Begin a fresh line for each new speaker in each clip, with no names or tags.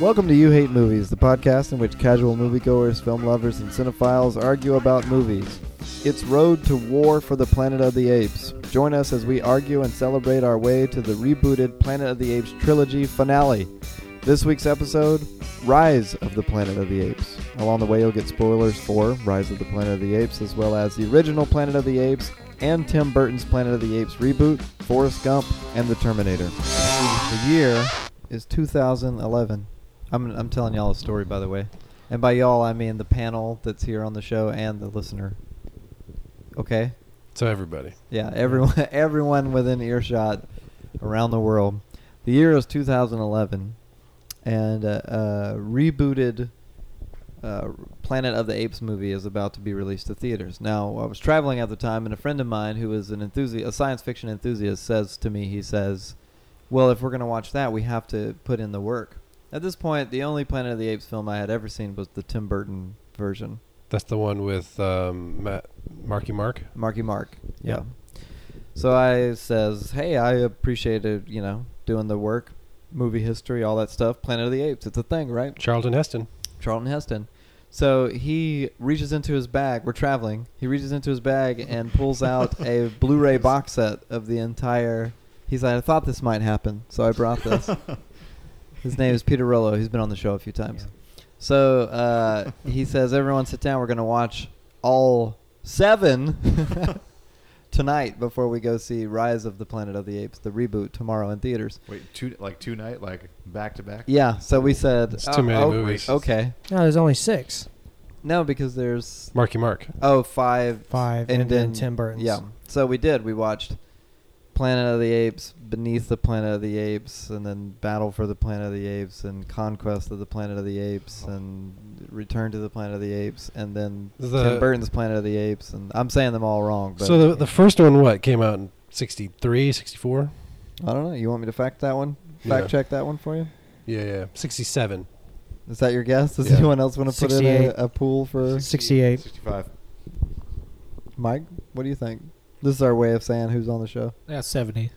Welcome to You Hate Movies, the podcast in which casual moviegoers, film lovers, and cinephiles argue about movies. It's Road to War for the Planet of the Apes. Join us as we argue and celebrate our way to the rebooted Planet of the Apes trilogy finale. This week's episode, Rise of the Planet of the Apes. Along the way, you'll get spoilers for Rise of the Planet of the Apes, as well as the original Planet of the Apes and Tim Burton's Planet of the Apes reboot, Forrest Gump, and The Terminator. The year is 2011. I'm, I'm telling y'all a story, by the way. And by y'all, I mean the panel that's here on the show and the listener. Okay?
So everybody.
Yeah, everyone, everyone within earshot around the world. The year is 2011, and uh, uh, rebooted uh, Planet of the Apes movie is about to be released to theaters. Now, I was traveling at the time, and a friend of mine who is an enthusiast, a science fiction enthusiast, says to me, he says, "Well, if we're going to watch that, we have to put in the work." At this point, the only Planet of the Apes film I had ever seen was the Tim Burton version,
That's the one with um, Matt Marky Mark.
Marky Mark.
Yeah.
So I says, "Hey, I appreciated you know doing the work, movie history, all that stuff. Planet of the Apes, it's a thing, right?"
Charlton Heston.
Charlton Heston. So he reaches into his bag. We're traveling. He reaches into his bag and pulls out a Blu-ray box set of the entire. He's like, I thought this might happen, so I brought this. his name is Peter Rollo. He's been on the show a few times. So uh, he says, "Everyone, sit down. We're going to watch all seven tonight before we go see Rise of the Planet of the Apes, the reboot tomorrow in theaters."
Wait, two like two night, like back to back.
Yeah. So we said,
It's too many
oh,
movies.
Okay.
No, there's only six.
No, because there's
Marky Mark.
Oh, five.
Five, and, then Tim Burton's.
Yeah. So we did. We watched Planet of the Apes, Beneath the Planet of the Apes, and then Battle for the Planet of the Apes, and Conquest of the Planet of the Apes,
Oh.
and Return to the Planet of the Apes, and then
The-
Tim Burton's Planet of the Apes. And I'm saying them all wrong, but
So the, the first one, what, came out in 63, 64?
I don't know. You want me to fact that one?
Yeah.
Fact check that one for you?
Yeah, yeah. 67.
Is that your guess? Does
Yeah.
anyone else want to put in
68.
a, a pool for
68.
65.
Mike? What do you think? This is our way of saying who's on the show.
Yeah, 70.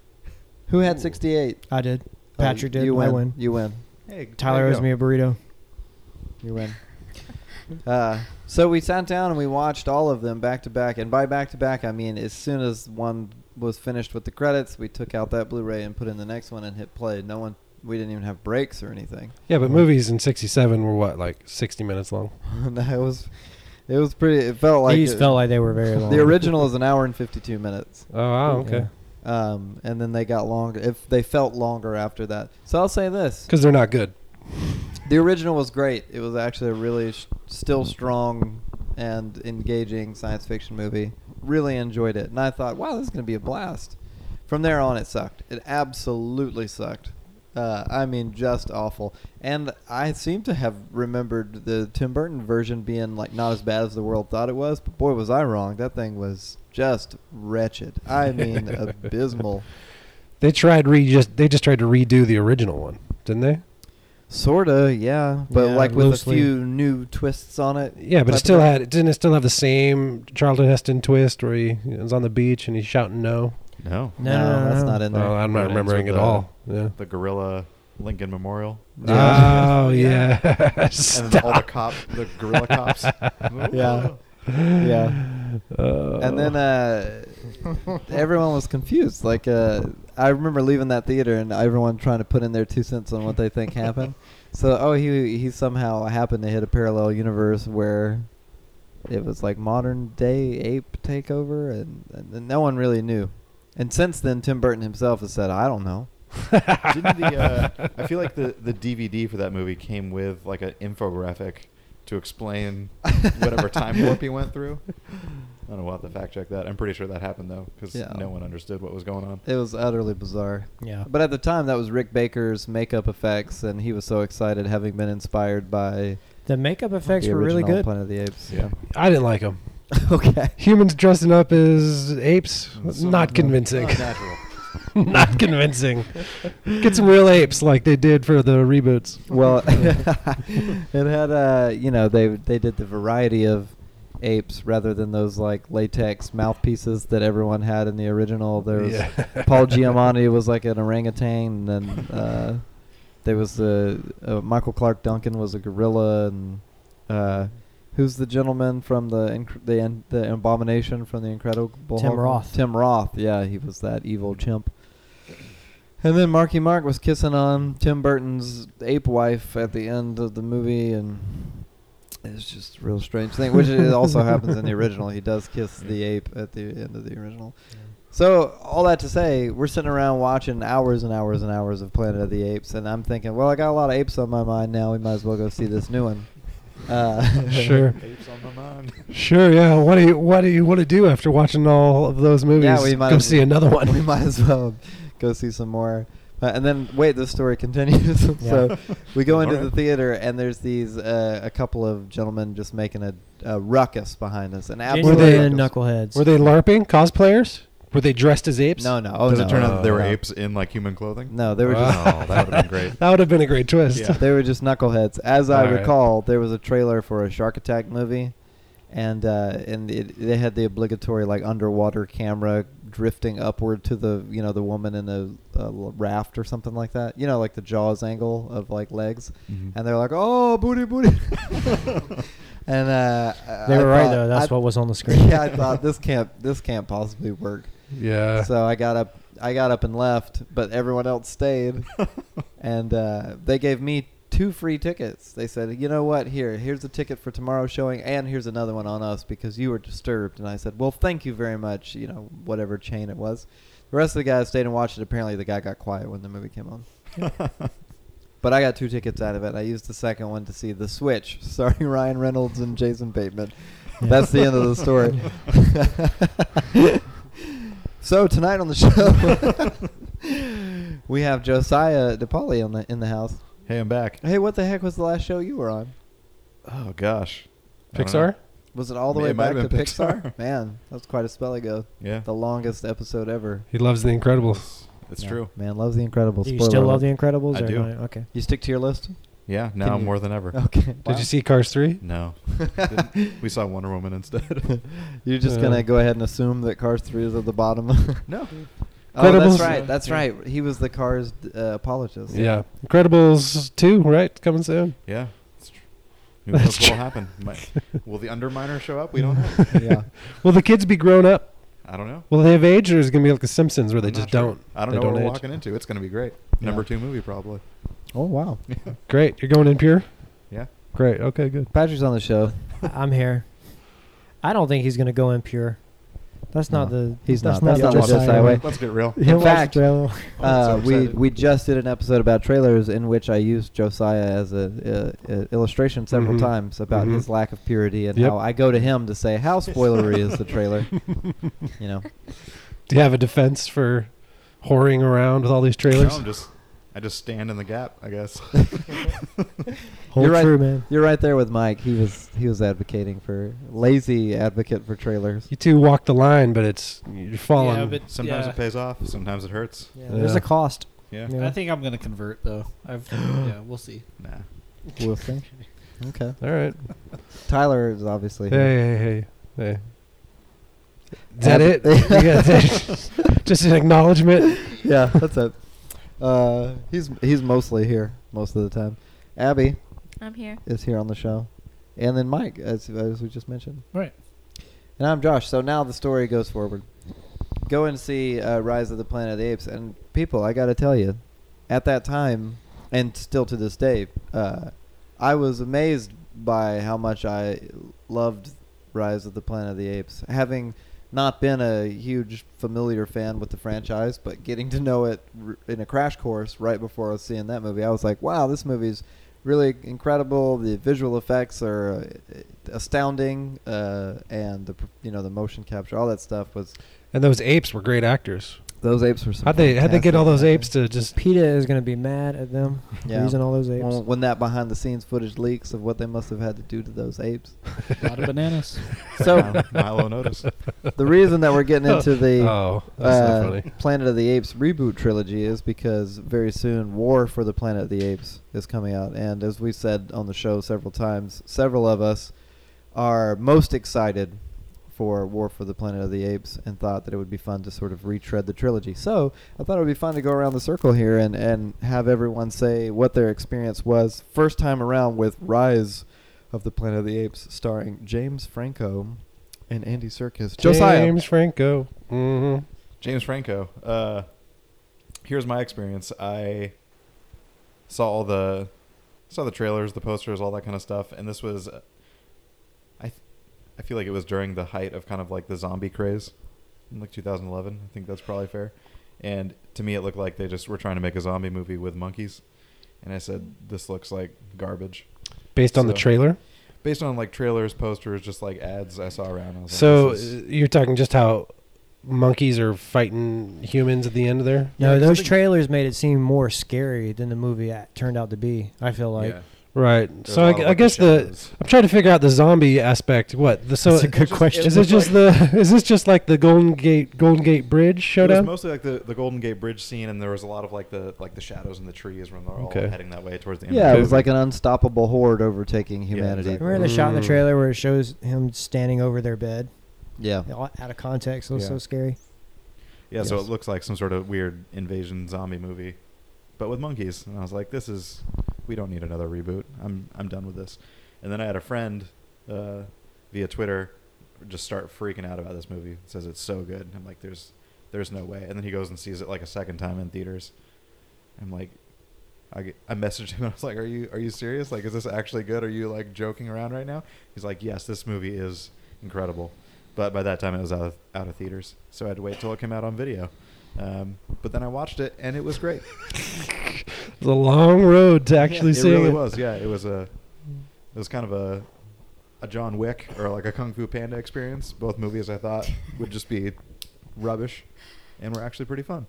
Who had
Ooh.
68?
I did.
Oh,
Patrick did.
You
I
win.
win.
You win.
Hey,
Tyler owes me a burrito.
You win. uh, so we sat down and we watched all of them back to back, and by back to back I mean as soon as one was finished with the credits, we took out that Blu-ray and put in the next one and hit play. No one, we didn't even have breaks or anything.
Yeah, but movies in 67 were what, like 60 minutes long?
no, it was, it was pretty. It felt like
These
it-
felt like they were very long.
the original is an hour and fifty-two minutes,
Oh, wow, okay.
um, and then they got longer. If they felt longer after that, so I'll say this:
Because they're not good.
The original was great. It was actually a really sh- still strong and engaging science fiction movie. Really enjoyed it, and I thought, wow, this is going to be a blast. From there on, it sucked. It absolutely sucked. Uh, I mean, just awful. And I seem to have remembered the Tim Burton version being like not as bad as the world thought it was. But boy, was I wrong. That thing was just wretched. I mean, abysmal.
They tried re just they just tried to redo the original one, didn't they?
Sorta, yeah, but
Yeah,
like with
loosely.
a few new twists on it.
Yeah, but
type
it still
of-
had it didn't it still have the same Charlton Heston twist where he is on the beach and he's shouting no.
No,
No, no, no,
that's
no.
not in there.
Oh, I'm
That
not
ends
remembering
with
at
the-
all. Yeah.
the gorilla Lincoln Memorial.
Oh yeah.
And then all the cop, the gorilla cops.
Yeah. yeah.
Oh.
And then uh, everyone was confused. Like uh, I remember leaving that theater and everyone trying to put in their two cents on what they think happened. So oh, he he somehow happened to hit a parallel universe where it was like modern day ape takeover, and, and, and no one really knew. And since then, Tim Burton himself has said, "I don't know."
Didn't the? Uh, I feel like the the DVD for that movie came with like an infographic to explain whatever time warp he went through. I don't know. We'll have to fact check that. I'm pretty sure that happened though, because
Yeah.
no one understood what was going on.
It was utterly bizarre.
Yeah.
But at the time, that was Rick Baker's makeup effects, and he was so excited, having been inspired by
The makeup effects
the
were really
original
good.
Planet of the Apes.
Yeah.
I didn't like him.
okay.
Humans dressing up as apes? Not convincing.
Oh,
Not natural.
Not convincing. Get some real apes like they did for the reboots.
Well, it had uh, you know, they they did the variety of apes rather than those like latex mouthpieces that everyone had in the original. There was
Yeah.
Paul Giamatti was like an orangutan, and then uh, There was the uh, Michael Clark Duncan was a gorilla, and uh, who's the gentleman from the inc- the in- the abomination from the Incredible
Tim
Hulk?
Roth.
Tim Roth, yeah, he was that evil chimp. And then Marky Mark was kissing on Tim Burton's ape wife at the end of the movie, and it's just a real strange thing, which it also happens in the original. He does kiss the ape at the end of the original. So all that to say, we're sitting around watching hours and hours and hours of Planet of the Apes, and I'm thinking, well, I got a lot of apes on my mind now. We might as well go see this new one. Uh,
Sure.
Apes on my mind.
Sure, yeah. What do you What do you want to do after watching all of those movies?
Yeah, we might
go
as-
see another
we
one.
might as well go see some more. Uh, and then wait, the story continues. so we go into
Alright.
the theater, and there's these uh, a couple of gentlemen just making a, a ruckus behind us. And
Were
absolute
Were they-
they
ruckus.
knuckleheads?
Were they LarPing cosplayers? Were they dressed as apes?
No, no. Oh,
Does
no.
it turn out that there were
no.
apes in like human clothing?
No, they were just
Oh, that would have been great.
That would have been a great twist.
Yeah.
they were just knuckleheads. As I
All right.
recall, there was a trailer for a Shark Attack movie, and uh, and it, they had the obligatory like underwater camera drifting upward to the you know the woman in a, a raft or something like that. You know, like the Jaws angle of like legs,
Mm-hmm.
Mhm.
and they're like, oh booty booty, and uh, I-
They
I
were right
thought-
though. That's
I-
what was on the screen.
yeah, I thought this can't this can't possibly work.
Uh.
Yeah.
So I got up, I got up and left, but everyone else stayed, and uh, they gave me two free tickets. They said, "You know what? Here, here's a ticket for tomorrow's showing, and here's another one on us because you were disturbed." And I said, "Well, thank you very much." You know, whatever chain it was. The rest of the guys stayed and watched it. Apparently, the guy got quiet when the movie came on. But I got two tickets out of it. I used the second one to see The Switch, starring Ryan Reynolds and Jason Bateman. That's the end of the story. so tonight on the show, we have Josiah DePauli on the, in the house.
hey, I'm back.
Hey, what the heck was the last show you were on?
Oh gosh. I don't know.
Pixar?
Was it all the
It
way
might
back
have
to
been
Pixar?
Pixar.
Man, that was quite a spell ago.
Yeah,
The longest episode ever.
He loves The Incredibles.
it's
Yeah.
true.
Man loves The Incredibles.
Do you
Spoiler
still love The
alert.
Incredibles?
I
or
do.
not? Okay.
You stick to your list?
Yeah, now
you-
more than ever.
Okay.
Did you see Cars 3?
No, Didn't- we saw Wonder Woman instead.
You're just
Uh,
gonna go ahead and assume that Cars Three is at the bottom.
no,
oh, that's
Incredibles.
right. That's
Yeah.
right. He was the Cars uh, apologist.
Yeah. Incredibles 2, right? Coming soon.
yeah, it's tr- who knows
That's
what'll
true.
happen? Might- will the underminer show up? We don't know.
yeah.
Will the kids be grown up?
I don't know.
Will they have age or is it going to be like The Simpsons where they
I'm
just
not sure.
don't?
I don't
They
know
don't
what we're
age.
walking into. It's going to be great.
Yeah.
Number two movie probably.
Oh wow.
Great. You're going in pure?
Yeah.
Great. Okay, good.
Patrick's on the show.
I- I'm here. I don't think he's gonna go impure. That's not
No,
the.
he's
that's
not. That's not
Not the
Josiah
Josiah
way.
way.
Let's get real.
In fact,
Oh, I'm so
Uh, we
excited.
we just did an episode about trailers in which I used Josiah as a, uh uh illustration several
Mhm.
Mm-hmm.
times about
Mhm.
his lack of purity and
Yep.
how I go to him to say how spoilery is the trailer. You know.
Do you have a defense for whoring around with all these
No,
trailers?
I'm just, I just stand in the gap, I guess.
Hold
You're right.
true, man.
You're right there with Mike. He was he was advocating for lazy advocate for trailers.
You two walk the line, but it's you're falling.
Yeah, but
Sometimes
yeah.
it pays off. Sometimes it hurts.
Yeah, There's
Yeah.
a cost.
Yeah.
Yeah.
I think I'm gonna convert though. I've yeah, we'll see.
Nah.
We'll see. Okay.
all right.
Tyler is obviously.
Hey,
here.
hey, hey, hey. Is that
Ab-
it? You got that? just an acknowledgement.
yeah, that's it. Uh, he's he's mostly here most of the time. Abby
I'm here.
is here on the show, and then Mike, as as we just mentioned,
Right.
and I'm Josh. So now the story goes forward. Go and see uh, Rise of the Planet of the Apes, and people, I got to tell you, at that time, and still to this day, uh, I was amazed by how much I loved Rise of the Planet of the Apes, having not been a huge familiar fan with the franchise, but getting to know it r- in a crash course right before I was seeing that movie, I was like, wow, this movie's really incredible. The visual effects are uh, astounding, uh, and the pr- you know the motion capture, all that stuff was.
And those apes were great actors.
Those apes were. some
How'd they how'd they get all those apes
fantastic
to just
PETA is gonna be mad at them
actors.
for
Yeah.
using all those apes.
When, when that behind the scenes footage leaks of what they must have had to do to those apes.
A lot of bananas.
So
Milo noticed.
the reason that we're getting into the
Oh, that's
uh,
not funny.
Planet of the Apes reboot trilogy is because very soon War for the Planet of the Apes is coming out, and as we said on the show several times, several of us are most excited for War for the Planet of the Apes and thought that it would be fun to sort of retread the trilogy. So I thought it would be fun to go around the circle here and, and have everyone say what their experience was first time around with Rise of the Planet of the Apes, starring James Franco and Andy Serkis. Josiah.
James Franco. Mm-hmm.
James Franco. Uh, here's my experience. I saw all the saw the trailers, the posters, all that kind of stuff, and this was uh, I th- I feel like it was during the height of kind of like the zombie craze in like 2011. I think that's probably fair. And to me, it looked like they just were trying to make a zombie movie with monkeys. And I said, this looks like garbage.
Based on the
So-
trailer.
Based on like trailers, posters, just like ads I saw around. I was
So
like,
uh,
this is-
you're talking just how monkeys are fighting humans at the end there.
No,
Yeah, 'cause I
those
think-
trailers made it seem more scary than the movie a- turned out to be. I feel like
yeah.
Right.
There's
uh, So
a
I,
lot of,
I
like,
guess the
shadows.
I'm trying to figure out the zombie aspect. What the so
that's a good
just-
question.
is it just the is this just like the Golden Gate Golden Gate Bridge
It was
showdown?
mostly like the, the Golden Gate Bridge scene, and there was a lot of like the like the shadows in the trees when they're all
Okay.
heading that way towards the end. of
Yeah,
the
it was
movie.
like an unstoppable horde overtaking humanity.
exactly.
Remember the shot in the
Mm.
trailer where it shows him standing over their bed,
Yeah.
All out of context. It was
Yeah.
so scary.
yeah. So
Yes.
it looks like some sort of weird invasion zombie movie, but with monkeys. And I was like, this is we don't need another reboot. I'm I'm done with this. And then I had a friend uh, via Twitter just start freaking out about this movie. says it's so good. I'm like, there's there's no way. And then he goes and sees it like a second time in theaters. I'm like. I, get- I messaged him and I was like, "Are you are you serious? Like, is this actually good? Are you like joking around right now?" He's like, "Yes, this movie is incredible," but by that time it was out of, out of theaters, so I had to wait till it came out on video. Um, but then I watched it and it was great.
It's a long road to actually
it
seeing
really
it.
was. Yeah, it was a it was kind of a a John Wick or like a Kung Fu Panda experience. Both movies I thought would just be rubbish, and were actually pretty fun.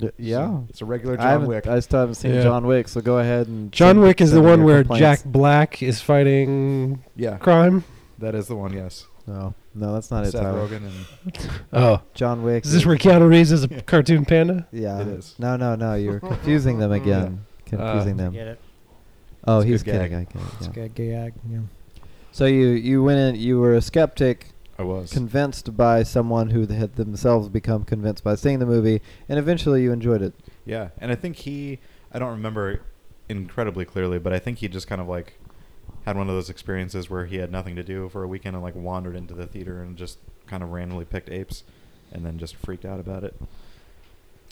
Y- Yeah.
So it's a regular
I,
John
haven't-
Wick.
I still haven't seen
Yeah.
John Wick, so go ahead and.
John
send-
Wick is the
send me
one
your
where
complaints.
Jack Black is fighting
yeah,
crime.
that is the one. Yes,
No, no, that's not it.
Seth
Tyler.
Rogen and
Oh,
John Wick.
is this where Keanu Reeves is a cartoon panda?
Yeah.
It is.
No, no, no. You're confusing them again. Confusing them.
Get it?
Oh,
It's a
he's
good
kidding.
gag.
I get it,
It's
yeah.
good. Gag. Yeah.
So you you went in. You were a skeptic,
I was.
convinced by someone who had themselves become convinced by seeing the movie, and eventually you enjoyed it.
Yeah, and I think he I don't remember incredibly clearly, but I think he just kind of like had one of those experiences where he had nothing to do for a weekend and like wandered into the theater and just kind of randomly picked apes and then just freaked out about it.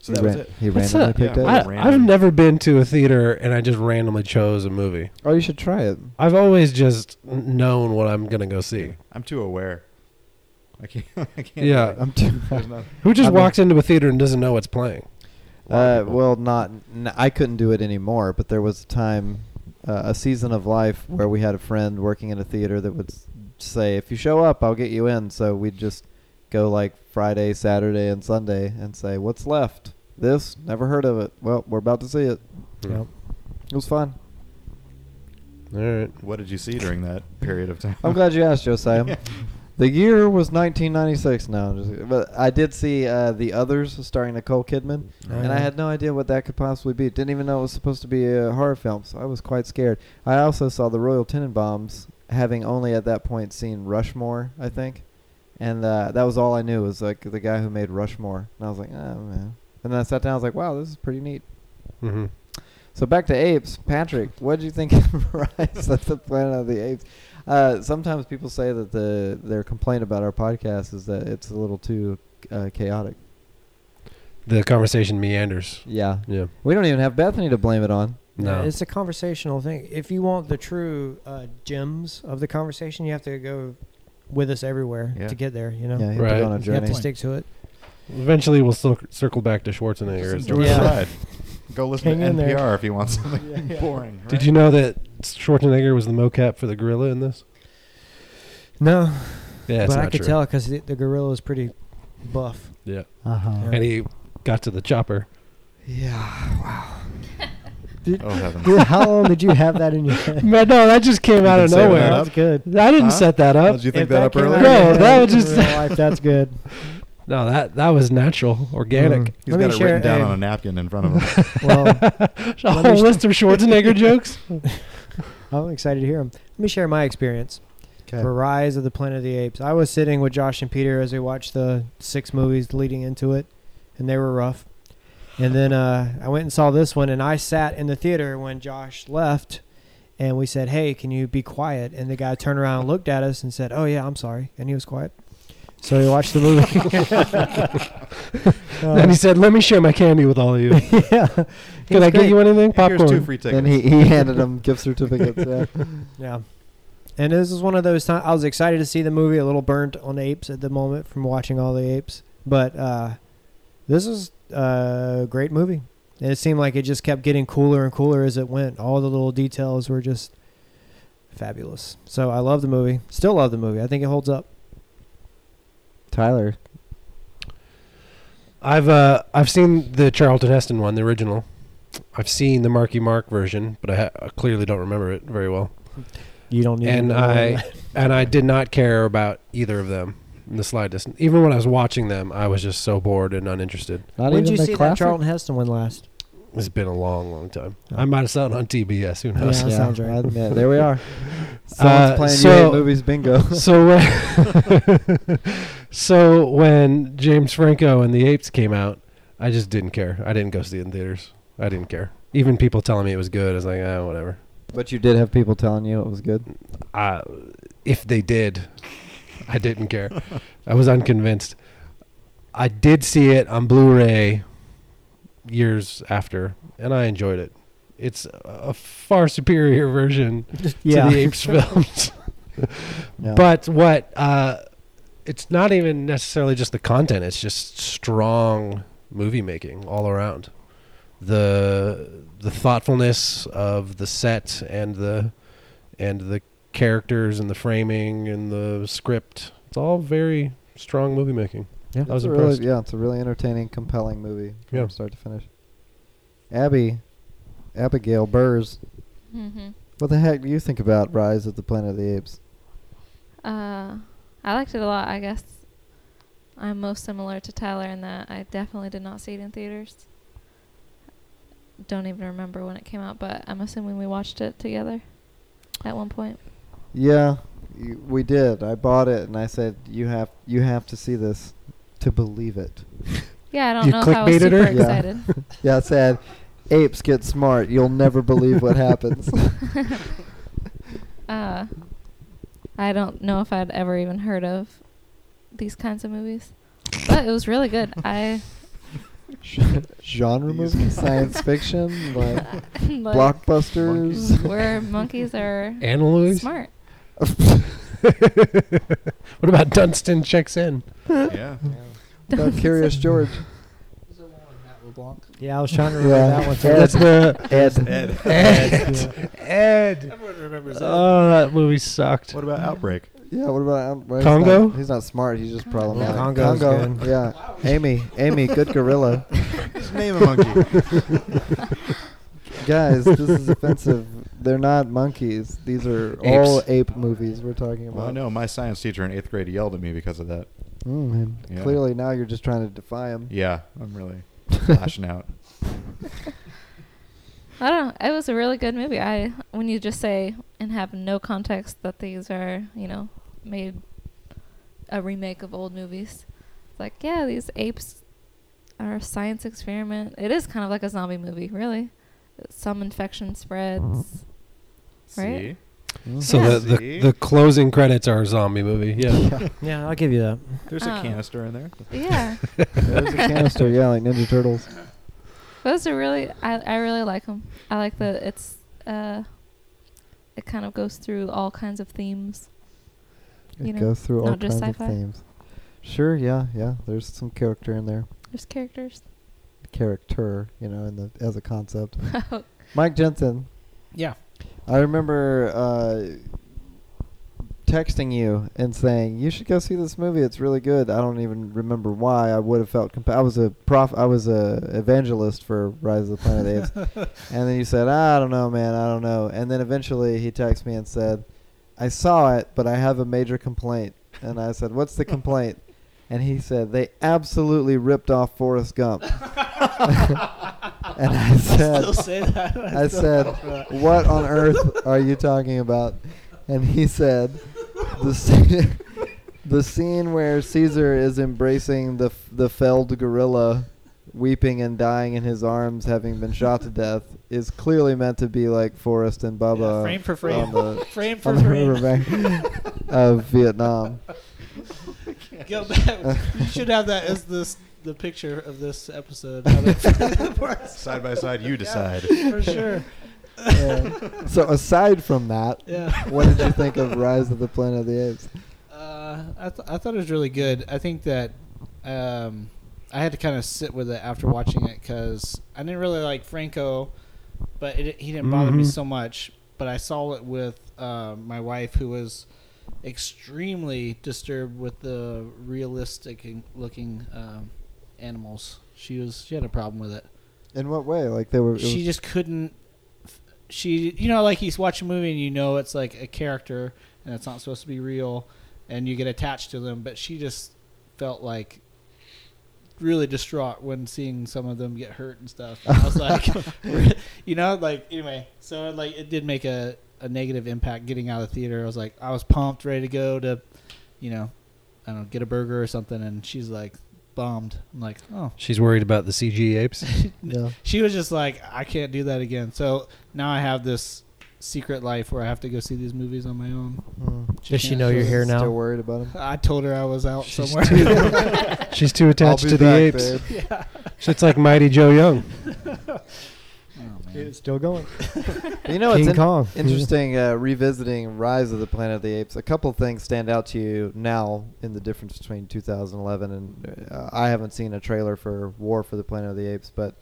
So
he
that was
ran-
it.
He
That's
randomly
not-
picked
yeah.
it.
I,
up.
I've never been to a theater and I just randomly chose a movie.
Oh, you should try it.
I've always just n- known what I'm gonna go see.
I'm too aware. I can't I can't
Yeah.
I'm too.
there's not-
Who just
I mean-
walks into a theater and doesn't know what's playing?
Uh, well, not n- I couldn't do it anymore, but there was a time, uh, a season of life where we had a friend working in a theater that would s- say, "If you show up, I'll get you in." So we'd just go like Friday, Saturday, and Sunday, and say, "What's left? This? Never heard of it. Well, we're about to see it.
Yep.
It was fun.
All right.
what did you see during that period of time?
I'm glad you asked, Josiah. The year was 1996. Now, but I did see uh, the others starring Nicole Kidman, and I
yeah.
had no idea what that could possibly be. Didn't even know it was supposed to be a horror film, so I was quite scared. I also saw the Royal Tenenbaums, having only at that point seen Rushmore, I think, and uh, that was all I knew was like the guy who made Rushmore, and I was like, oh man. And then I sat down, I was like, wow, this is pretty neat.
hmm
So back to apes, Patrick. What did you think of Rise of the Planet of the Apes? Uh, sometimes people say that the their complaint about our podcast is that it's a little too uh, chaotic.
The conversation meanders.
Yeah,
Yeah.
we don't even have Bethany to blame it on.
No.
It's a conversational thing. If you want the true uh, gems of the conversation, you have to go with us everywhere
Yeah.
to get there. You know,
Yeah, you have to
Right.
go on a
you have
journey.
to stick to it.
Eventually, we'll cir- circle back to Schwarzenegger.
Just
and
enjoy
stuff.
Yeah.
the ride. Go listen
Hang in
to
there.
NPR if you want something boring.
Did
right?
you know that Schwarzenegger was the mocap for the gorilla in this?
No,
Yeah,
but I could tell 'cause tell because the, the gorilla is pretty buff.
Yeah.
Uh-huh.
And he got to the chopper.
Yeah.
Oh heavens.
How long did you have that in your head?
Man, no, that just came out
didn't
of
say
nowhere.
that
I
up?
That's good.
didn't
Huh?
set that up.
Did you think
If
that, up
came out
earlier?
of
No,
your
that
head
was
in
just-
real life, that's good.
No, that that was natural, organic.
Mm.
He's
Let me
got it
share
written down
a-
on a napkin in front of him.
Well,
Mm.
A
Let me
whole list of Schwarzenegger jokes.
I'm excited to hear them. Let me share my experience.
Okay.
for Rise of the Planet of the Apes. I was sitting with Josh and Peter as we watched the six movies leading into it, and they were rough. And then uh, I went and saw this one, and I sat in the theater when Josh left, and we said, "Hey, can you be quiet?" And the guy turned around and looked at us and said, "Oh yeah, I'm sorry," and he was quiet. So we watched the movie. Uh,
and he said, "Let me share my candy with all of you.
yeah,
Can I get
great.
you anything?
Here's two
Popcorn."
free tickets.
Then he, he handed them gift certificates. Yeah.
Yeah. And this is one of those times I was excited to see the movie, a little burnt on apes at the moment from watching all the apes. But uh, this is a great movie. And it seemed like it just kept getting cooler and cooler as it went. All the little details were just fabulous. So I love the movie. Still love the movie. I think it holds up.
Tyler.
I've uh, I've seen the Charlton Heston one, the original. I've seen the Marky Mark version, but I, ha- I clearly don't remember it very well.
You don't need to
and
know all
I
that.
and I did not care about either of them in the slightest. Even when I was watching them, I was just so bored and uninterested.
Not even
When did you
the
see that
classic?
Charlton Heston one last?
It's been a long, long time. I might have saw it on TBS. Who knows?
That sounds right.
I admit, there we are. Someone's
Uh,
playing you
so-
hate movies bingo.
so when, so when James Franco and the Apes came out, I just didn't care. I didn't go see it in theaters. I didn't care. Even people telling me it was good, I was like, ah, whatever.
but you did have people telling you it was good.
I, if they did, I didn't care. I was unconvinced. I did see it on Blu-ray years after, and I enjoyed it. It's a far superior version
yeah.
to the Apes films.
Yeah.
But what uh, it's not even necessarily just the content; it's just strong movie making all around. The the thoughtfulness of the set and the and the characters and the framing and the script. It's all very strong movie making.
yeah,
I
it's
was
a really,
impressed.
yeah, it's a really entertaining, compelling movie from
Yeah.
start to finish. Abby, Abigail Burrs,
Mm-hmm.
what the heck do you think about Rise of the Planet of the Apes?
Uh, I liked it a lot. I guess I'm most similar to Tyler in that I definitely did not see it in theaters. Don't even remember when it came out, but I'm assuming we watched it together at one point.
Yeah, y- we did. I bought it and I said you have you have to see this to believe it.
Yeah, I don't
You
know if I was
clickbaited
super
her?
Yeah.
excited.
Yeah, it said apes get smart. You'll never believe what happens.
uh, I don't know if I'd ever even heard of these kinds of movies, but it was really good. I
Genre
These
movies,
guys.
science fiction, like
like,
blockbusters.
where monkeys are
Analyze.
smart.
What about Dunstan checks in?
yeah.
About Curious George.
yeah, I was trying to remember
Yeah.
that one. too.
That's the
Ed.
Ed.
Ed. Ed.
Everyone remembers
Oh, that movie sucked.
What about Outbreak?
Yeah, what about um, well, he's
Congo?
not- he's not smart. He's just
Congo.
problematic.
Yeah,
Congo's
Congo.
good.
Yeah. Amy. Amy. Good gorilla.
Just name a monkey.
Guys, this is offensive. They're not monkeys. These are all
Apes.
ape movies we're talking about.
well, I know my science teacher in eighth grade yelled at me because of that.
Mm, man.
Yeah.
Clearly now you're just trying to defy him.
Yeah, I'm really lashing out.
I don't know. It was a really good movie. I when you just say and have no context that these are, you know, made a remake of old movies. It's like, yeah, these apes are a science experiment. It is kind of like a zombie movie, really. Some infection spreads.
Mm.
Right?
So
Yeah.
the,
See?
the the closing credits are a zombie movie. Yeah.
Yeah, I'll give you that.
See? There's a
Oh.
canister in there.
Yeah.
There's a canister, yeah, like Ninja Turtles.
Those are really I I really like them. I like the it's uh it kind of goes through all kinds of themes.
It
You know,
goes through all
not just
kinds of
sci-fi.
themes. Sure, yeah, yeah. There's some character in there.
There's characters.
Character, you know, in the as a concept. Mike Jensen,
Yeah.
I remember uh, texting you and saying you should go see this movie. It's really good. I don't even remember why. I would have felt compa- I was a prof. I was a evangelist for Rise of the Planet of the Apes, and then you said, "Ah, I don't know, man. I don't know. And then eventually he texted me and said, I saw it, but I have a major complaint. And I said, What's the complaint? And he said, They absolutely ripped off Forrest Gump. and I said,
Still say that.
I said, "What on earth are you talking about?" And he said, the scene, the scene where Caesar is embracing the f- the felled gorilla, weeping and dying in his arms, having been shot to death, is clearly meant to be like Forrest and
Yeah,
Bubba
frame for
on
frame.
the
Frame for
on the
frame.
riverbank uh, of Vietnam.
Go back. You should have that as this the picture of this episode. How they-
Side by side, you decide.
for sure.
Yeah. so aside from that,
Yeah.
what did you think of Rise of the Planet of the Apes?
Uh, I, th- I thought it was really good. I think that um, I had to kind of sit with it after watching it because I didn't really like Franco, but it, he didn't bother
Mm-hmm.
me
Mhm.
so much. But I saw it with uh, my wife, who was extremely disturbed with the realistic in- looking um, animals. She was she had a problem with it.
In what way? Like they were. it
she
was-
just couldn't. She, you know, like you watch a movie and you know it's like a character and it's not supposed to be real, and you get attached to them. But she just felt like really distraught when seeing some of them get hurt and stuff. And I was like, you know, like anyway. So like it did make a a negative impact getting out of the theater. I was like, I was pumped, ready to go to, you know, I don't know, get a burger or something, and she's like bombed. I'm like, oh,
She's worried about the CG apes.
yeah.
she was just like, I can't do that again. So now I have this secret life where I have to go see these movies on my own.
Mm.
Does she
can't-
know you're
She's
here
Still
now?
worried about him.
I told her I was out
She's
somewhere. Oh,
She's too attached
I'll be
to the
back,
apes.
babe.
She's like Mighty Joe Young.
Oh, man.
It's still going.
You know, it's
King
in-
Kong.
Interesting uh, revisiting Rise of the Planet of the Apes. A couple things stand out to you now in the difference between 2011 and uh, I haven't seen a trailer for War for the Planet of the Apes, but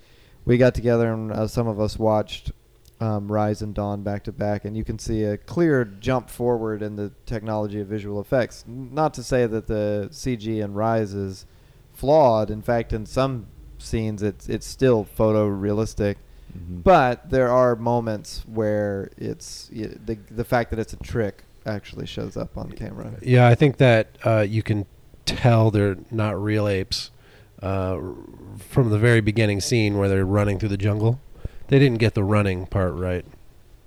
we got together and uh, some of us watched um, Rise and Dawn back to back, and you can see a clear jump forward in the technology of visual effects. N- Not to say that the CG in Rise is flawed. In fact, in some scenes, it's it's still photorealistic. But there are moments where it's y the the fact that it's a trick actually shows up on camera.
Yeah, I think that uh, you can tell they're not real apes uh, r- from the very beginning scene where they're running through the jungle. They didn't get the running part right.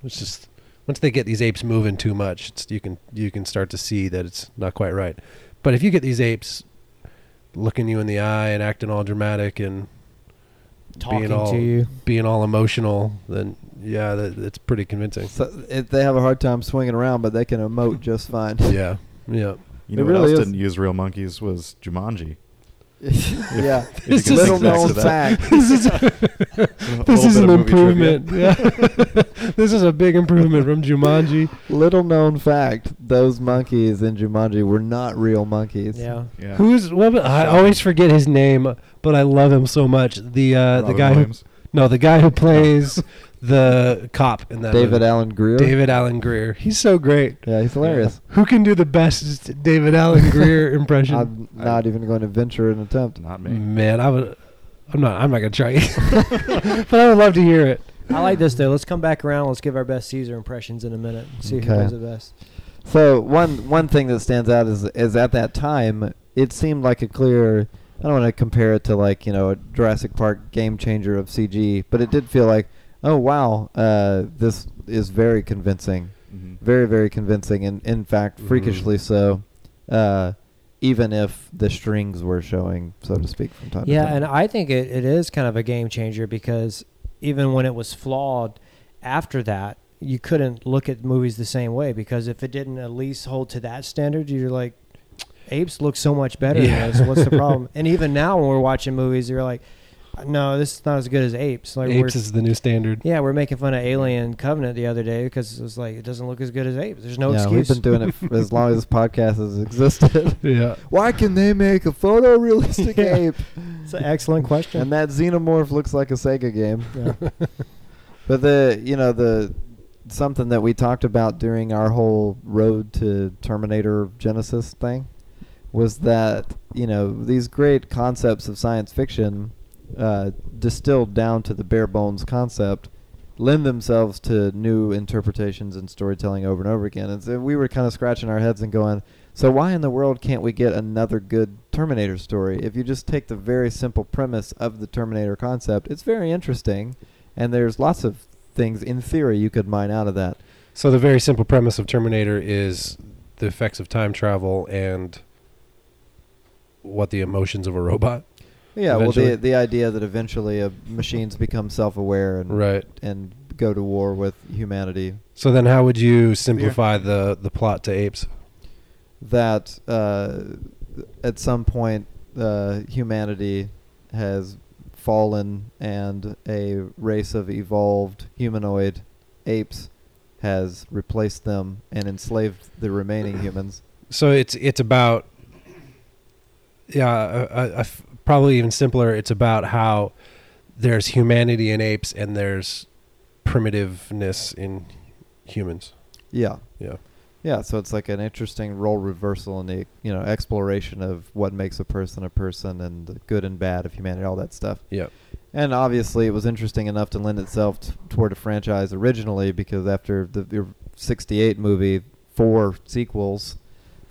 It's just once they get these apes moving too much, it's, you can you can start to see that it's not quite right. But if you get these apes looking you in the eye and acting all dramatic and
Talking
being all
to you.
being all emotional, then yeah, that, that's pretty convincing.
So it, they have a hard time swinging around, but they can emote just fine.
Yeah, yeah.
You
It
know what
really is-
else didn't use real monkeys was Jumanji.
yeah,
If you
This
can
is-
little
think back
known
to that.
fact.
This is
A little
This is
bit
an
of movie trivia.
improvement. Yeah. this is a big improvement from Jumanji.
Little known fact: those monkeys in Jumanji were not real monkeys.
Yeah.
Yeah.
Who's well, I always forget his name, but I love him so much. The uh, the
Robin
guy who
Williams.
no the guy who plays the cop in that
David
movie.
Allen Greer.
David Allen Greer. He's so great.
Yeah, he's hilarious.
Who can do the best David Allen Greer impression?
I'm not even going to venture an attempt.
Not me.
Man, I would. I'm not. I'm not gonna try. but I would love to hear it.
I like this though. Let's come back around. Let's give our best Caesar impressions in a minute. and See who
Okay.
does the best.
So one one thing that stands out is is at that time it seemed like a clear. I don't want to compare it to like you know a Jurassic Park game changer of CG, but it did feel like oh wow uh, this is very convincing,
Mhm.
very very convincing, and in fact
Mhm.
freakishly so. Uh, even if the strings were showing, so to speak, from time to
Yeah,
time.
and I think it, it is kind of a game changer because even when it was flawed after that, you couldn't look at movies the same way because if it didn't at least hold to that standard, you're like, apes look so much better
Yeah.
than this. What's the problem? and even now when we're watching movies, you're like, no, this is not as good as apes. Like
Apes
we're,
is the new standard.
yeah, we're making fun of Alien Covenant the other day because it was like it doesn't look as good as apes. There's no
yeah,
excuse.
we've been doing it f- as long as this podcast has existed.
Yeah.
Why can they make a photorealistic
Yeah.
ape?
it's an excellent question.
And that xenomorph looks like a Sega game. but the you know the something that we talked about during our whole road to Terminator Genesis thing was that you know these great concepts of science fiction uh, distilled down to the bare bones concept lend themselves to new interpretations and storytelling over and over again. And so we were kind of scratching our heads and going, so why in the world can't we get another good Terminator story? If you just take the very simple premise of the Terminator concept, it's very interesting, and there's lots of things in theory you could mine out of that.
So the very simple premise of Terminator is the effects of time travel and what the emotions of a robot.
Yeah, well,
Eventually.
the the idea that eventually uh, machines become self-aware and
Right.
and go to war with humanity,
So then, how would you simplify the the plot to apes?
that uh, at some point uh, humanity has fallen and a race of evolved humanoid apes has replaced them and enslaved the remaining humans.
So it's it's about yeah, uh, uh, uh, f- probably even simpler. It's about how there's humanity in apes and there's primitiveness in humans.
Yeah.
Yeah.
Yeah, so it's like an interesting role reversal and the you know exploration of what makes a person a person and the good and bad of humanity, all that stuff.
Yep.
And obviously, it was interesting enough to lend itself t- toward a franchise originally because after the, the '68 movie, four sequels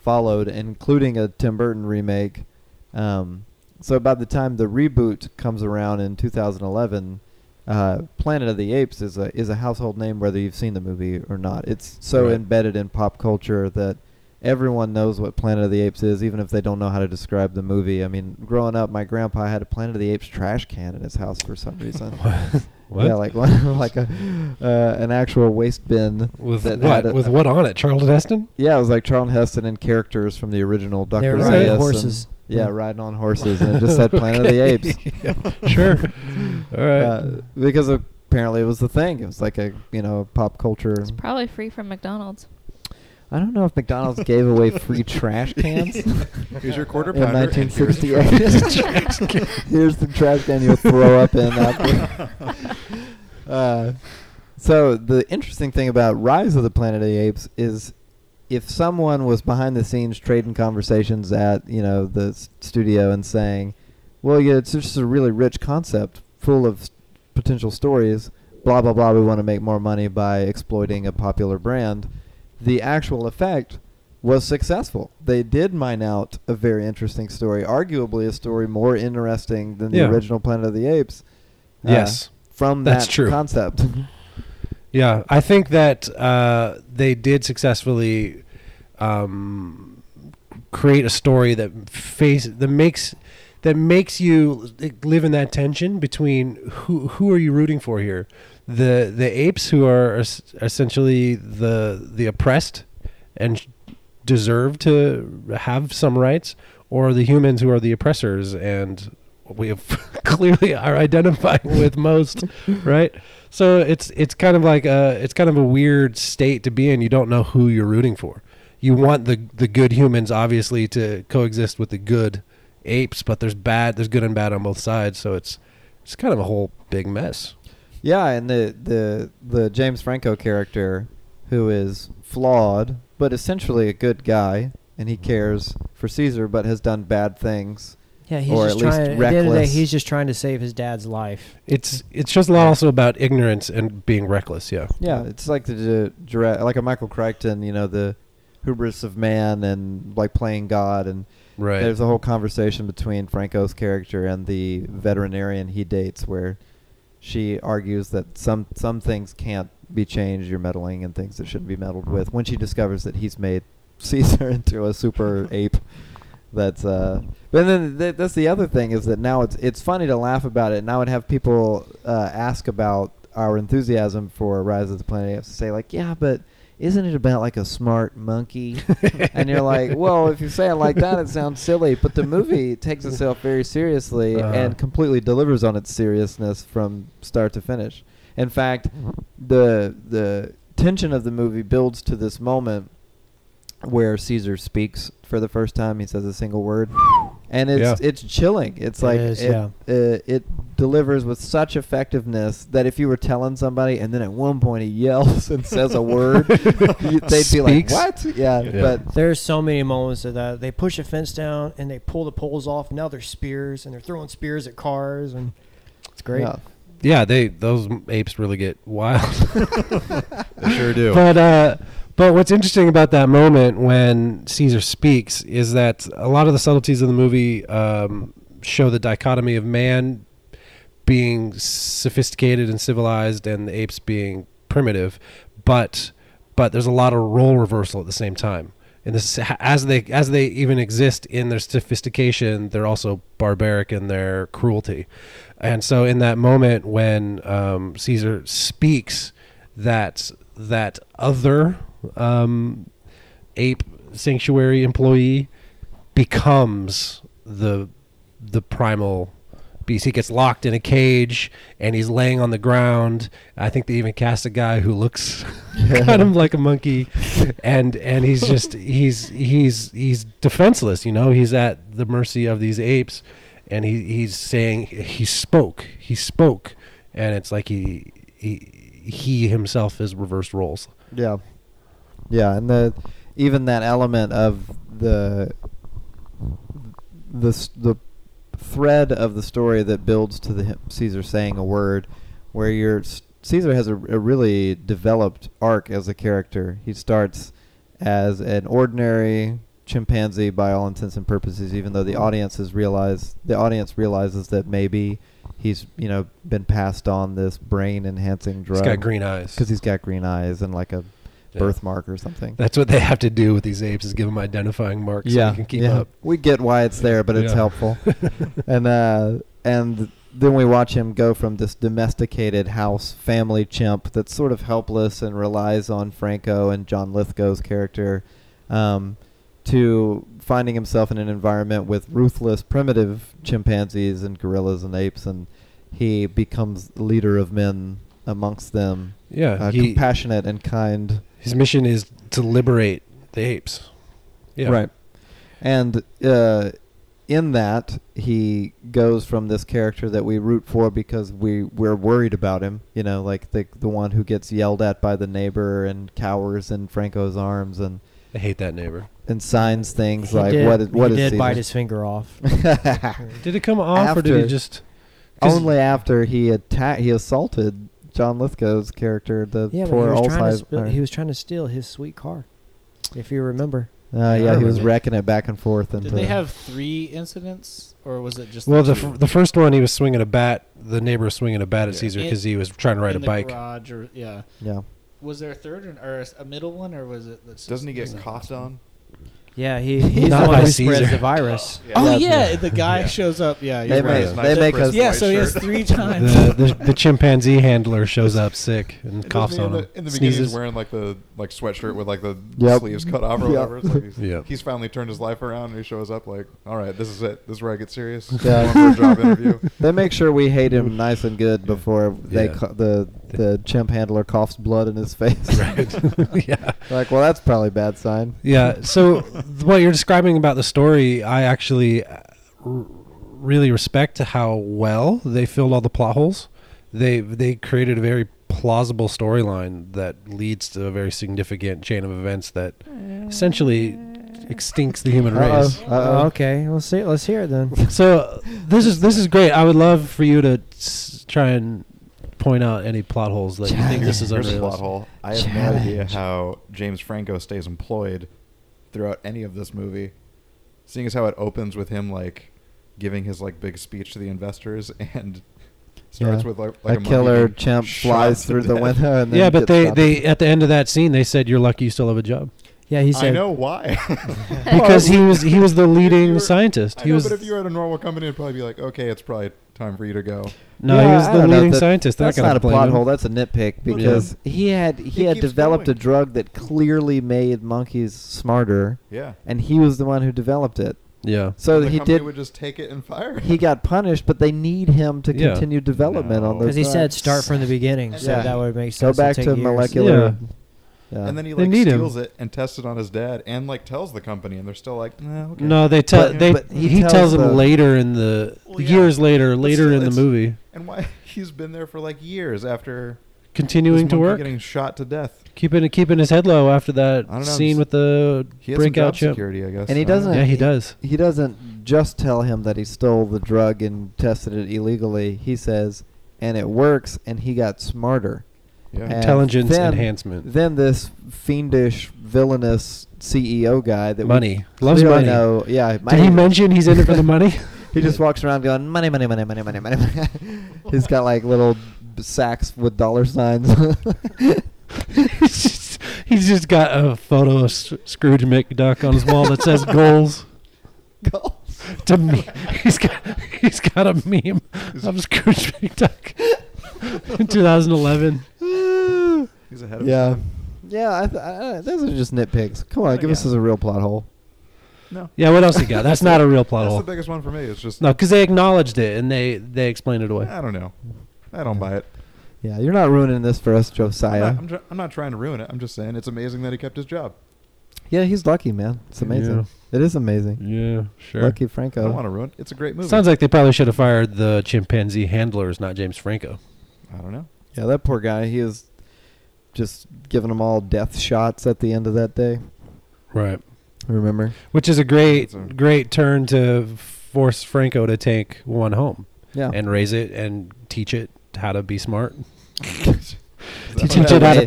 followed, including a Tim Burton remake. Um, so by the time the reboot comes around in 2011, uh, Planet of the Apes is a is a household name whether you've seen the movie or not. It's so
Right.
embedded in pop culture that everyone knows what Planet of the Apes is, even if they don't know how to describe the movie. I mean, growing up, my grandpa had a Planet of the Apes trash can in his house for some reason.
What?
Uh, Yeah, like one, like a uh, an actual waste bin.
With
that
what?
had a-
With what on it? Charlton Heston?
Yeah, it was like Charlton Heston and characters from the original Dr.
They're
Is
riding
it?
Zaius
horses.
And, yeah, riding on horses, and it just said Planet of the Apes.
Sure. All right.
Uh, because apparently it was the thing. It was like a you know pop culture.
It's probably free from McDonald's.
I don't know if McDonald's gave away free trash cans in
Here's your quarter pounder. and here's your-
1968. Here's the trash can you'll throw up in after. Uh, so the interesting thing about Rise of the Planet of the Apes is if someone was behind the scenes trading conversations at you know the s- studio and saying, "Well, yeah, it's just a really rich concept, full of s- potential stories." Blah blah blah. We want to make more money by exploiting a popular brand. The actual effect was successful. They did mine out a very interesting story, arguably a story more interesting than the
Yeah.
original Planet of the Apes. uh,
yes.
from
That's
that
true.
concept.
Yeah, I think that uh, they did successfully um, create a story that face that makes that makes you live in that tension between who who are you rooting for here, the the apes who are es- essentially the the oppressed and sh- deserve to have some rights, or the humans who are the oppressors and we have clearly are identifying with most, right? So it's it's kind of like a it's kind of a weird state to be in. You don't know who you're rooting for. You want the the good humans obviously to coexist with the good apes, but there's bad there's good and bad on both sides. So it's it's kind of a whole big mess.
Yeah, and the the the James Franco character, who is flawed but essentially a good guy, and he cares for Caesar but has done bad things.
Yeah, he's
Or
just
at least
trying. At the end of the day,
reckless.
he's just trying to save his dad's life.
It's it's just a lot also about ignorance and being reckless. Yeah.
Yeah, Uh, it's like the di- dire- like a Michael Crichton, you know, the hubris of man and like playing God, and
Right.
there's a whole conversation between Franco's character and the veterinarian he dates where. She argues that some some things can't be changed. You're meddling in things that shouldn't be meddled with. When she discovers that he's made Caesar into a super ape. That's uh. But then th- that's the other thing is that now it's it's funny to laugh about it, and I would have people uh, ask about our enthusiasm for Rise of the Planet of the Apes and say like, yeah, but isn't it about like a smart monkey? and you're like, well, if you say it like that, it sounds silly. But the movie takes itself very seriously
Uh-huh.
and completely delivers on its seriousness from start to finish. In fact, the the tension of the movie builds to this moment where Caesar speaks for the first time. He says a single word, and it's
Yeah.
it's chilling. It's
It
like
is,
it,
yeah.
uh, it delivers with such effectiveness that if you were telling somebody, and then at one point he yells and says a word, you- they'd be like,
Speaks.
"What?" Yeah,
Yeah.
but
There's so many moments of that. They push a fence down and they pull the poles off. Now they're spears and they're throwing spears at cars and it's great.
yeah.
yeah. They those apes really get wild.
They sure do.
But uh, but what's interesting about that moment when Caesar speaks is that a lot of the subtleties of the movie um, show the dichotomy of man being sophisticated and civilized, and the apes being primitive. But but there's a lot of role reversal at the same time. and this as they as they even exist in their sophistication, they're also barbaric in their cruelty. And so, in that moment when um, Caesar speaks, that that other um, ape sanctuary employee becomes the the primal beast. He gets locked in a cage and he's laying on the ground. I think they even cast a guy who looks kind of like a monkey, and and he's just he's he's he's defenseless. You know, he's at the mercy of these apes, and he he's saying he spoke, he spoke, and it's like he he he himself is reversed roles.
Yeah, yeah, and the even that element of the the s- the thread of the story that builds to the Caesar saying a word, where you're s- Caesar has a, a really developed arc as a character. He starts as an ordinary chimpanzee by all intents and purposes, even though the audience has realized the audience realizes that maybe he's you know been passed on this brain enhancing drug
He's got green eyes.
because he's got green eyes and like a
Yeah.
birthmark or something.
That's what they have to do with these apes is give them identifying marks so they can keep up.
We get why it's there, but it's
Yeah.
helpful. and uh, and then we watch him go from this domesticated house family chimp that's sort of helpless and relies on Franco and John Lithgow's character um, to finding himself in an environment with ruthless primitive chimpanzees and gorillas and apes, and he becomes the leader of men amongst them,
Yeah,
uh,
he,
compassionate and kind.
his mission is to liberate the apes. Yeah,
Right. And uh, in that, he goes from this character that we root for because we, we're worried about him, you know, like the, the one who gets yelled at by the neighbor and cowers in Franco's arms and,
I hate that neighbor.
and signs things
He
like,
did,
what is, what
he
is
did bite
Caesar?
his finger off.
Did it come off or did
After-
he just? 'cause-
Only after he atta- he assaulted John Lithgow's character, the
yeah, but he
poor
was, trying to
Alzheimer's.
sp- he was trying to steal his sweet car, if you remember.
uh, yeah, he
remember
was
that.
wrecking it back and forth.
Did
Into,
they have three incidents, or was it just
Well, the
the,
f- the first one he was swinging a bat. The neighbor was swinging a bat at
Yeah.
Caesar
In-
because he was trying to ride a bike.
garage or yeah?
yeah.
Was there a third one, or a s- a middle one, or was it? that's-
Doesn't he
was
get
it-
coughed on?
Yeah, he, he's
Not
the
by
one who
Caesar.
spreads the virus.
Oh
That's-
yeah, the guy
Yeah.
shows up. Yeah,
They
you're
make,
right.
His
they
nice
make
friend.
us.
Yeah,
white
so he has
shirt.
three times.
The, the the chimpanzee handler shows up sick and coughs
Doesn't
on
he in
him.
the, in the beginning, he's
sneezes.
wearing like the like sweatshirt with like the
Yep.
sleeves cut off
Yep.
or whatever. It's like he's,
Yep.
he's finally turned his life around and he shows up like, all right, this is it. This is where I get serious.
Yeah.
Going for a job interview.
They make sure we hate him nice and good before they
Yeah.
cu- the the chimp handler coughs blood in his face.
Right. yeah.
like, well, that's probably a bad sign.
Yeah. So what you're describing about the story, I actually uh, r- really respect how well they filled all the plot holes. They they created a very plausible storyline that leads to a very significant chain of events that essentially Uh, extincts the human
Uh-oh.
race.
Uh-oh.
Oh, okay, let's see. Let's hear it then.
So this is this is great. I would love for you to s- try and point out any plot holes that you think this is
Uh, Here's a plot
unrealistic.
hole. I have no idea how James Franco stays employed throughout any of this movie, seeing as how it opens with him like giving his like big speech to the investors and starts
Yeah.
with like, like
a
monkey
killer
being
chimp
shot
flies
to
through the
death.
window and then
Yeah, but
gets
they,
shot.
they at the end of that scene they said you're lucky you still have a job.
Yeah, he
I
said.
know why.
because he was he was the
you
leading
were-
scientist.
I
He
know,
was
but if you were at a normal company, it'd probably be like, okay, it's probably time for you to go.
no,
Yeah,
he was
I
the
don't know,
leading
that-
scientist. They're
That's
gonna
not a
blame
plot
him.
hole. That's a nitpick
yeah.
because he had he
It
had
keeps
developed
going.
a drug that clearly made monkeys smarter,
Yeah.
and he was the one who developed it.
Yeah,
So
the
he
company
did.
would just take it and fire.
He got punished, but they need him to
Yeah.
continue development on
No.
those.
Because he said
drugs.
start from the beginning, so
Yeah.
that would make
Go
sense.
back to molecular. Yeah.
and then he
They
like
need him.
steals it and tests it on his dad and like tells the company and they're still like, nah, okay.
no, they tell
But-
they
but
he,
he
tells,
tells
him
the-
later in the
Well, yeah,
years later later
still,
in the
it's-
movie
And why he's been there for like years after this
continuing to
monkey
work,
getting shot to death.
keeping keeping his head low after that
I don't know,
scene
just-
with the
He has some
breakout
job
chip.
security, I guess.
And he
I don't
doesn't-
know.
Yeah, he does.
he doesn't just tell him that he stole the drug and tested it illegally. He says, and it works, and he got smarter.
Yeah.
And
Intelligence
then-
enhancement,
Then this fiendish, villainous CEO guy that we
money, loves
clearly
money.
know- yeah,
Did he mention he's in it for the money?
he just walks around going money, money, money, money, money, money. money." He's got like little b- sacks with dollar signs.
He's just- He's just got a photo of S- Scrooge McDuck on his wall that says goals. Goals. To me, he's got he's got a meme of Scrooge McDuck in 2011.
He's ahead of
yeah,
his time.
yeah. I th- I, I- those are just nitpicks. Come on, give us
Yeah.
this a real plot hole.
No.
Yeah, what else he got? That's not a real plot
That's
hole.
the biggest one for me. It's just
No, because they acknowledged it and they they explained it away.
I don't know. I don't buy it.
Yeah, you're not ruining this for us,
I'm,
Josiah.
not, I'm, tr- I'm not trying to ruin it. I'm just saying it's amazing that he kept his job.
yeah, he's lucky, man. It's amazing. It is amazing.
Yeah, sure.
Lucky
I don't
Franco.
want to ruin. it. It's a great movie.
Sounds like they probably should have fired the chimpanzee handlers, not James Franco.
I don't know.
Yeah, that poor guy. He is just giving them all death shots at the end of that day.
Right.
Remember?
Which is a great
That's a-
great turn to force Franco to take one home
Yeah.
and raise it and teach it how to be smart. teach
what
it
that
how to
is?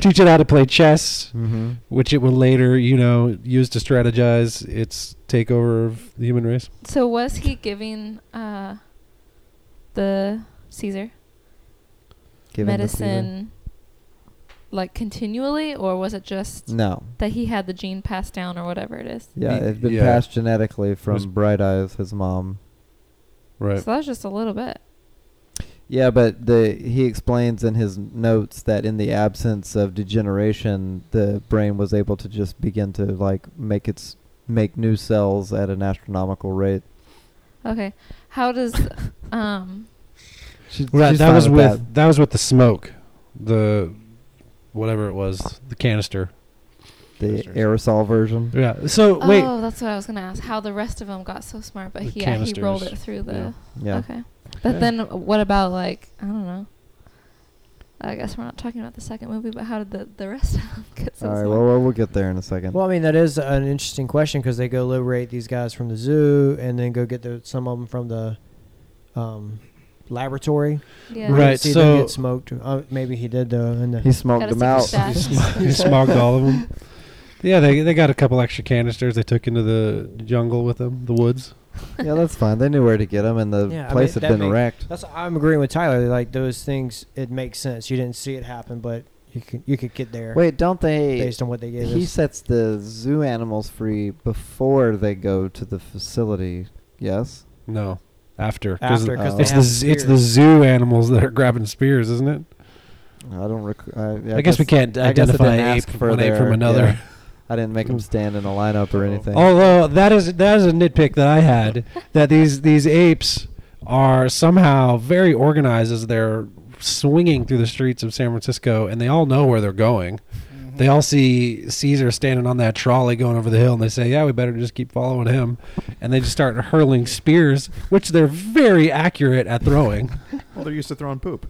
teach it how to play chess,
mm-hmm.
which it will later, you know, use to strategize its takeover of the human race.
So was he giving uh, the Caesar medicine like continually, or was it just
No.
that he had the gene passed down or whatever it is?
Yeah,
Y-
it's been
yeah.
passed genetically
was-
from Bright Eyes, his mom.
Right.
So that was just a little bit.
Yeah, but the he explains in his notes that in the absence of degeneration, the brain was able to just begin to like make its make new cells at an astronomical rate.
Okay, how does um
She,
Right,
she's
that
fine
was with
that.
that. was with the smoke, the whatever it was, the canister.
the aerosol version.
Yeah. So wait,
oh that's what I was gonna ask how the rest of them got so smart, but
The
he yeah, he rolled it
canisters.
through the
Yeah.
Yeah.
okay. But
Yeah.
then what about like I don't know. I guess we're not talking about the second movie, but how did the, the rest of them get so
All right.
smart?
Well, well, we'll get there in a second.
Well, I mean, that is an interesting question because they go liberate these guys from the zoo and then go get the, some of them from the um, laboratory.
yeah.
We didn't
Right,
See them
so-
get smoked. Uh, maybe he did though. In the
he smoked
Gotta
them
stick
out.
with that.
he smogged all of them. Yeah, they they got a couple extra canisters they took into the jungle with them, the woods.
yeah, that's fine. They knew where to get them, and the
Yeah, I mean,
place
that
had been
make-
wrecked.
That's I'm agreeing with Tyler. Like those things, it makes sense. You didn't see it happen, but you could you could get there
Wait, don't they?
based on what they gave
he
us.
sets the zoo animals free before they go to the facility. Yes.
No, after 'cause
After, because
uh,
they
Oh. it's
have
the z- it's the
spears.
zoo animals that are grabbing spears, isn't it?
I don't. Rec- I, yeah,
I, guess, we can't
I guess it
identify
didn't
an ape,
ask for
one ape
their-
from another. Oh.
yeah. I didn't make them stand in a lineup or anything.
Although that is that is a nitpick that I had that these these apes are somehow very organized as they're swinging through the streets of San Francisco and they all know where they're going. They all see Caesar standing on that trolley going over the hill and they say, "Yeah, we better just keep following him." And they just start hurling spears, which they're very accurate at throwing.
Well, they're used to throwing poop.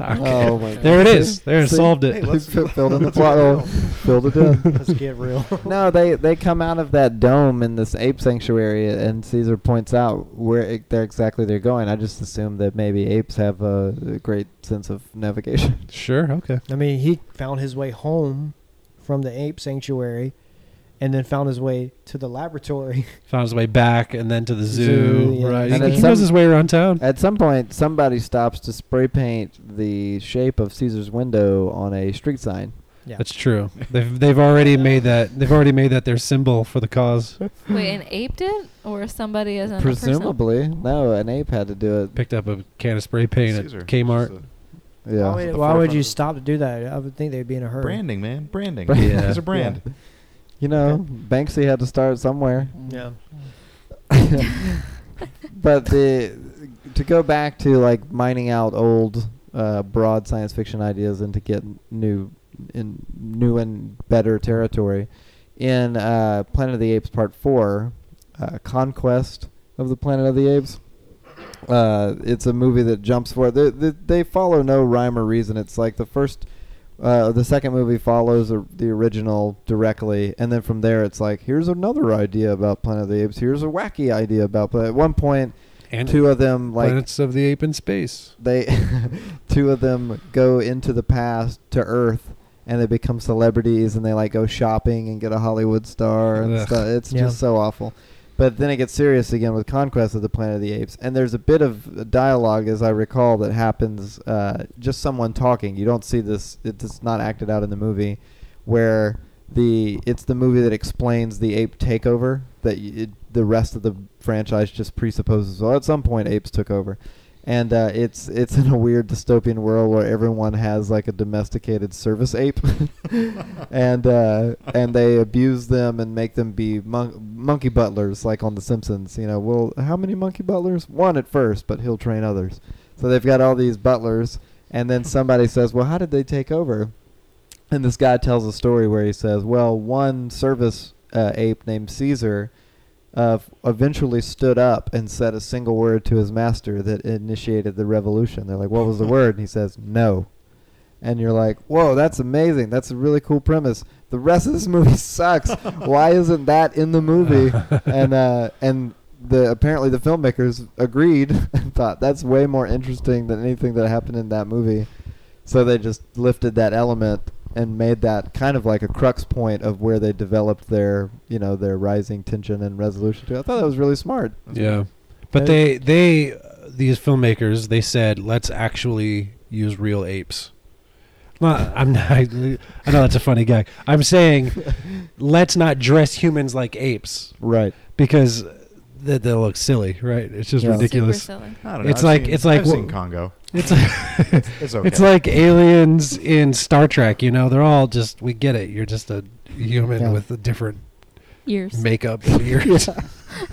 Okay.
Oh my!
There it is. There it
See?
solved
Hey,
it.
You
let's-
fi- filled in the plot hole. Filled it in.
Let's get real.
No, they they come out of that dome in this ape sanctuary, and Caesar points out where e- they're exactly they're going. I just assume that maybe apes have a, a great sense of navigation.
Sure. Okay.
I mean, he found his way home from the ape sanctuary, and then found his way to the laboratory.
Found his way back and then to the zoo.
Zoo, yeah.
Right.
And
He-
at
he knows
some-
his way around town.
At some point, somebody stops to spray paint the shape of Caesar's window on a street sign.
Yeah.
That's true. They've they've already made that they've already made that their symbol for the cause.
Wait, an ape did, or somebody as in
Presumably, no, an ape had to do it.
Picked up a can of spray paint
Caesar,
at
just
Kmart.
the
Yeah.
Why, would,
The
why would
forefront
you
of-
stop to do that? I would think they'd be in a hurry.
Branding, man. Branding.
Brand-
Yeah.
It's a brand.
You know, Banksy had to start somewhere.
Yeah.
But the to go back to like mining out old uh, broad science fiction ideas and to get new in new and better territory in uh, Planet of the Apes Part Four, uh, Conquest of the Planet of the Apes. Uh, it's a movie that jumps forward. They, they, they follow no rhyme or reason. It's like the first, uh, the second movie follows the the original directly, and then from there it's like here's another idea about Planet of the Apes. Here's a wacky idea about. But at one point,
And
two of them like
planets of the ape in space.
they two of them go into the past to earth and they become celebrities and they like go shopping and get a hollywood star and
Ugh.
stuff it's
Yeah.
just so awful but then it gets serious again with conquest of the planet of the apes and there's a bit of dialogue as i recall that happens uh, just someone talking you don't see this it's not acted out in the movie where the it's the movie that explains the ape takeover that y it, the rest of the franchise just presupposes. Well, at some point, apes took over, and uh, it's it's in a weird dystopian world where everyone has like a domesticated service ape, and uh, and they abuse them and make them be mon- monkey butlers, like on The Simpsons. You know, well, how many monkey butlers? One at first, but he'll train others. So they've got all these butlers, and then somebody says, "Well, how did they take over?" And this guy tells a story where he says, "Well, one service uh, ape named Caesar uh, f- eventually stood up and said a single word to his master that initiated the revolution." They're like, "What was the word?" And he says, "No." And you're like, "Whoa, that's amazing! That's a really cool premise." The rest of this movie sucks. Why isn't that in the movie? and uh, and the apparently the filmmakers agreed and thought that's way more interesting than anything that happened in that movie. So they just lifted that element and made that kind of like a crux point of where they developed their you know their rising tension and resolution to. I thought that was really smart.
Yeah, but they they uh, these filmmakers they said let's actually use real apes. Well, I'm not, I know that's a funny gag. I'm saying let's not dress humans like apes
Right.
because th- they'll look silly, right? It's just
Yeah. Super
ridiculous.
Super silly.
I don't know.
It's
I've
like-
seen-
it's like
I've seen
wh-
Congo.
It's like,
It's okay.
it's like aliens in Star Trek. You know, they're all just we get it. You're just a human
Yeah.
with a different
Years.
makeup and ears. oh,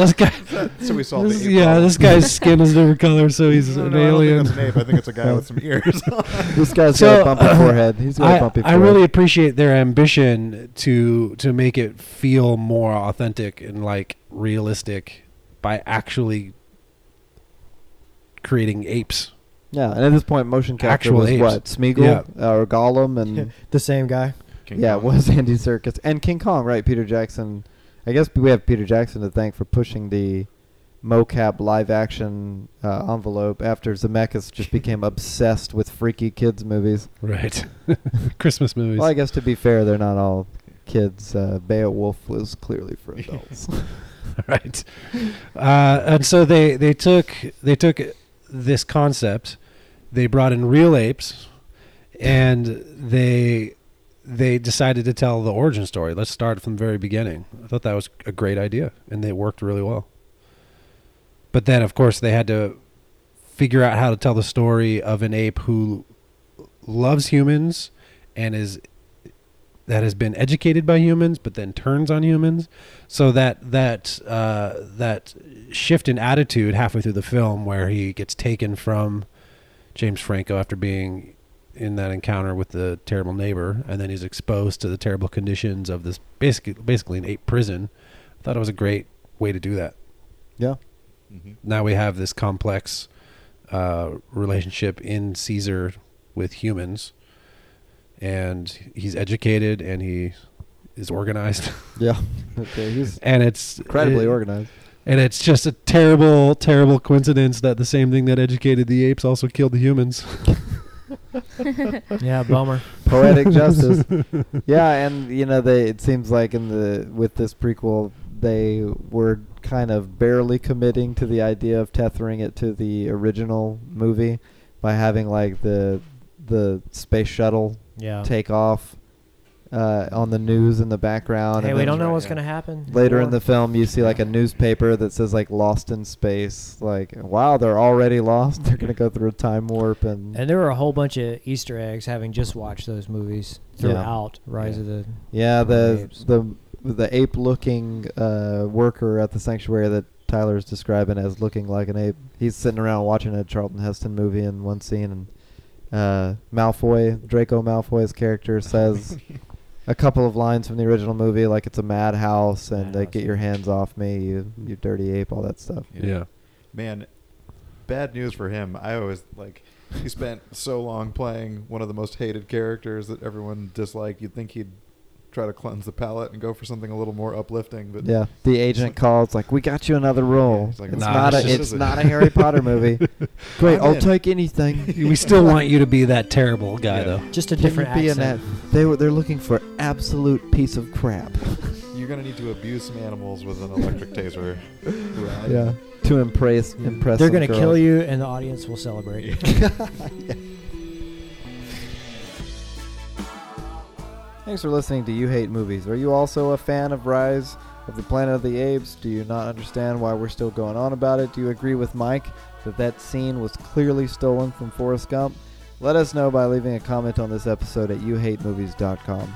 this guy.
so we saw
this-
the ape
yeah,
problem.
this guy's skin is different color, so he's
No,
an
no, I don't think
alien.
that's an ape. I think it's a guy with some ears.
This guy's
So, uh,
got a bumpy forehead. He's got a
I,
bumpy
I
forehead.
really appreciate their ambition to to make it feel more authentic and like realistic by actually creating apes.
yeah. And at this point, motion capture
Actual
was
apes.
what Smeagol uh, or Gollum and
the same guy.
King
yeah, it
Kong.
was Andy Circus and King Kong, right? Peter Jackson. I guess we have Peter Jackson to thank for pushing the mocap live action uh, envelope after Zemeckis just became obsessed with freaky kids movies.
Right. Christmas movies.
Well, I guess to be fair, they're not all kids. Uh, Beowulf was clearly for adults.
right. Uh, and so they, they took they took this concept, they brought in real apes, and they they decided to tell the origin story. Let's start from the very beginning. I thought that was a great idea, and they worked really well. But then, of course, they had to figure out how to tell the story of an ape who loves humans and is that has been educated by humans, but then turns on humans so that that uh, that shift in attitude halfway through the film, where he gets taken from James Franco after being in that encounter with the terrible neighbor, and then he's exposed to the terrible conditions of this basically basically an ape prison. I thought it was a great way to do that.
yeah.
Mhm.
Now we have this complex uh, relationship in Caesar with humans, and he's educated and he is organized,
Yeah. Okay, he's
and it's
incredibly
it-
organized.
and it's just a terrible, terrible coincidence that the same thing that educated the apes also killed the humans.
Yeah, bummer.
poetic justice. yeah, and you know they. It seems like in the with this prequel, they were kind of barely committing to the idea of tethering it to the original movie by having like the the space shuttle
Yeah.
take off uh, on the news in the background.
Hey,
and
we
then
don't know
right,
what's
yeah.
gonna happen.
Later in
War.
the film, you see like a newspaper that says like "Lost in Space." Like, wow, they're already lost. They're gonna go through a time warp and
and there were a whole bunch of Easter eggs having just watched those movies
Yeah.
throughout Rise of the.
Yeah,
From the
the
apes.
the the ape looking uh, worker at the sanctuary that Tyler's describing as looking like an ape. He's sitting around watching a Charlton Heston movie in one scene, and uh, Malfoy, Draco Malfoy's character, says a couple of lines from the original movie, like it's a madhouse, and like, get your hands off me, you you dirty ape, all that stuff.
yeah.
Man, bad news for him. I always like he spent so long playing one of the most hated characters that everyone disliked. You'd think he'd try to cleanse the palate and go for something a little more uplifting, but
Yeah, the agent calls like, "We got you another role.
He's like,
it's
"Nah,
not
this
a
just
it's
isn't-
not a Harry Potter movie. Great,
I'm
I'll
in.
take anything.
We still want you to be that terrible guy,
Yeah.
though.
Just a
Can you
different
be an
accent.
a- they were they're looking for absolute piece of crap.
you're gonna need to abuse some animals with an electric taser. Right.
Yeah. To impress impress.
They're
some
gonna
girl.
kill you, and the audience will celebrate.
Yeah.
Thanks for listening to You Hate Movies. Are you also a fan of Rise of the Planet of the Apes? Do you not understand why we're still going on about it? Do you agree with Mike that that scene was clearly stolen from Forrest Gump? Let us know by leaving a comment on this episode at youhatemovies.com.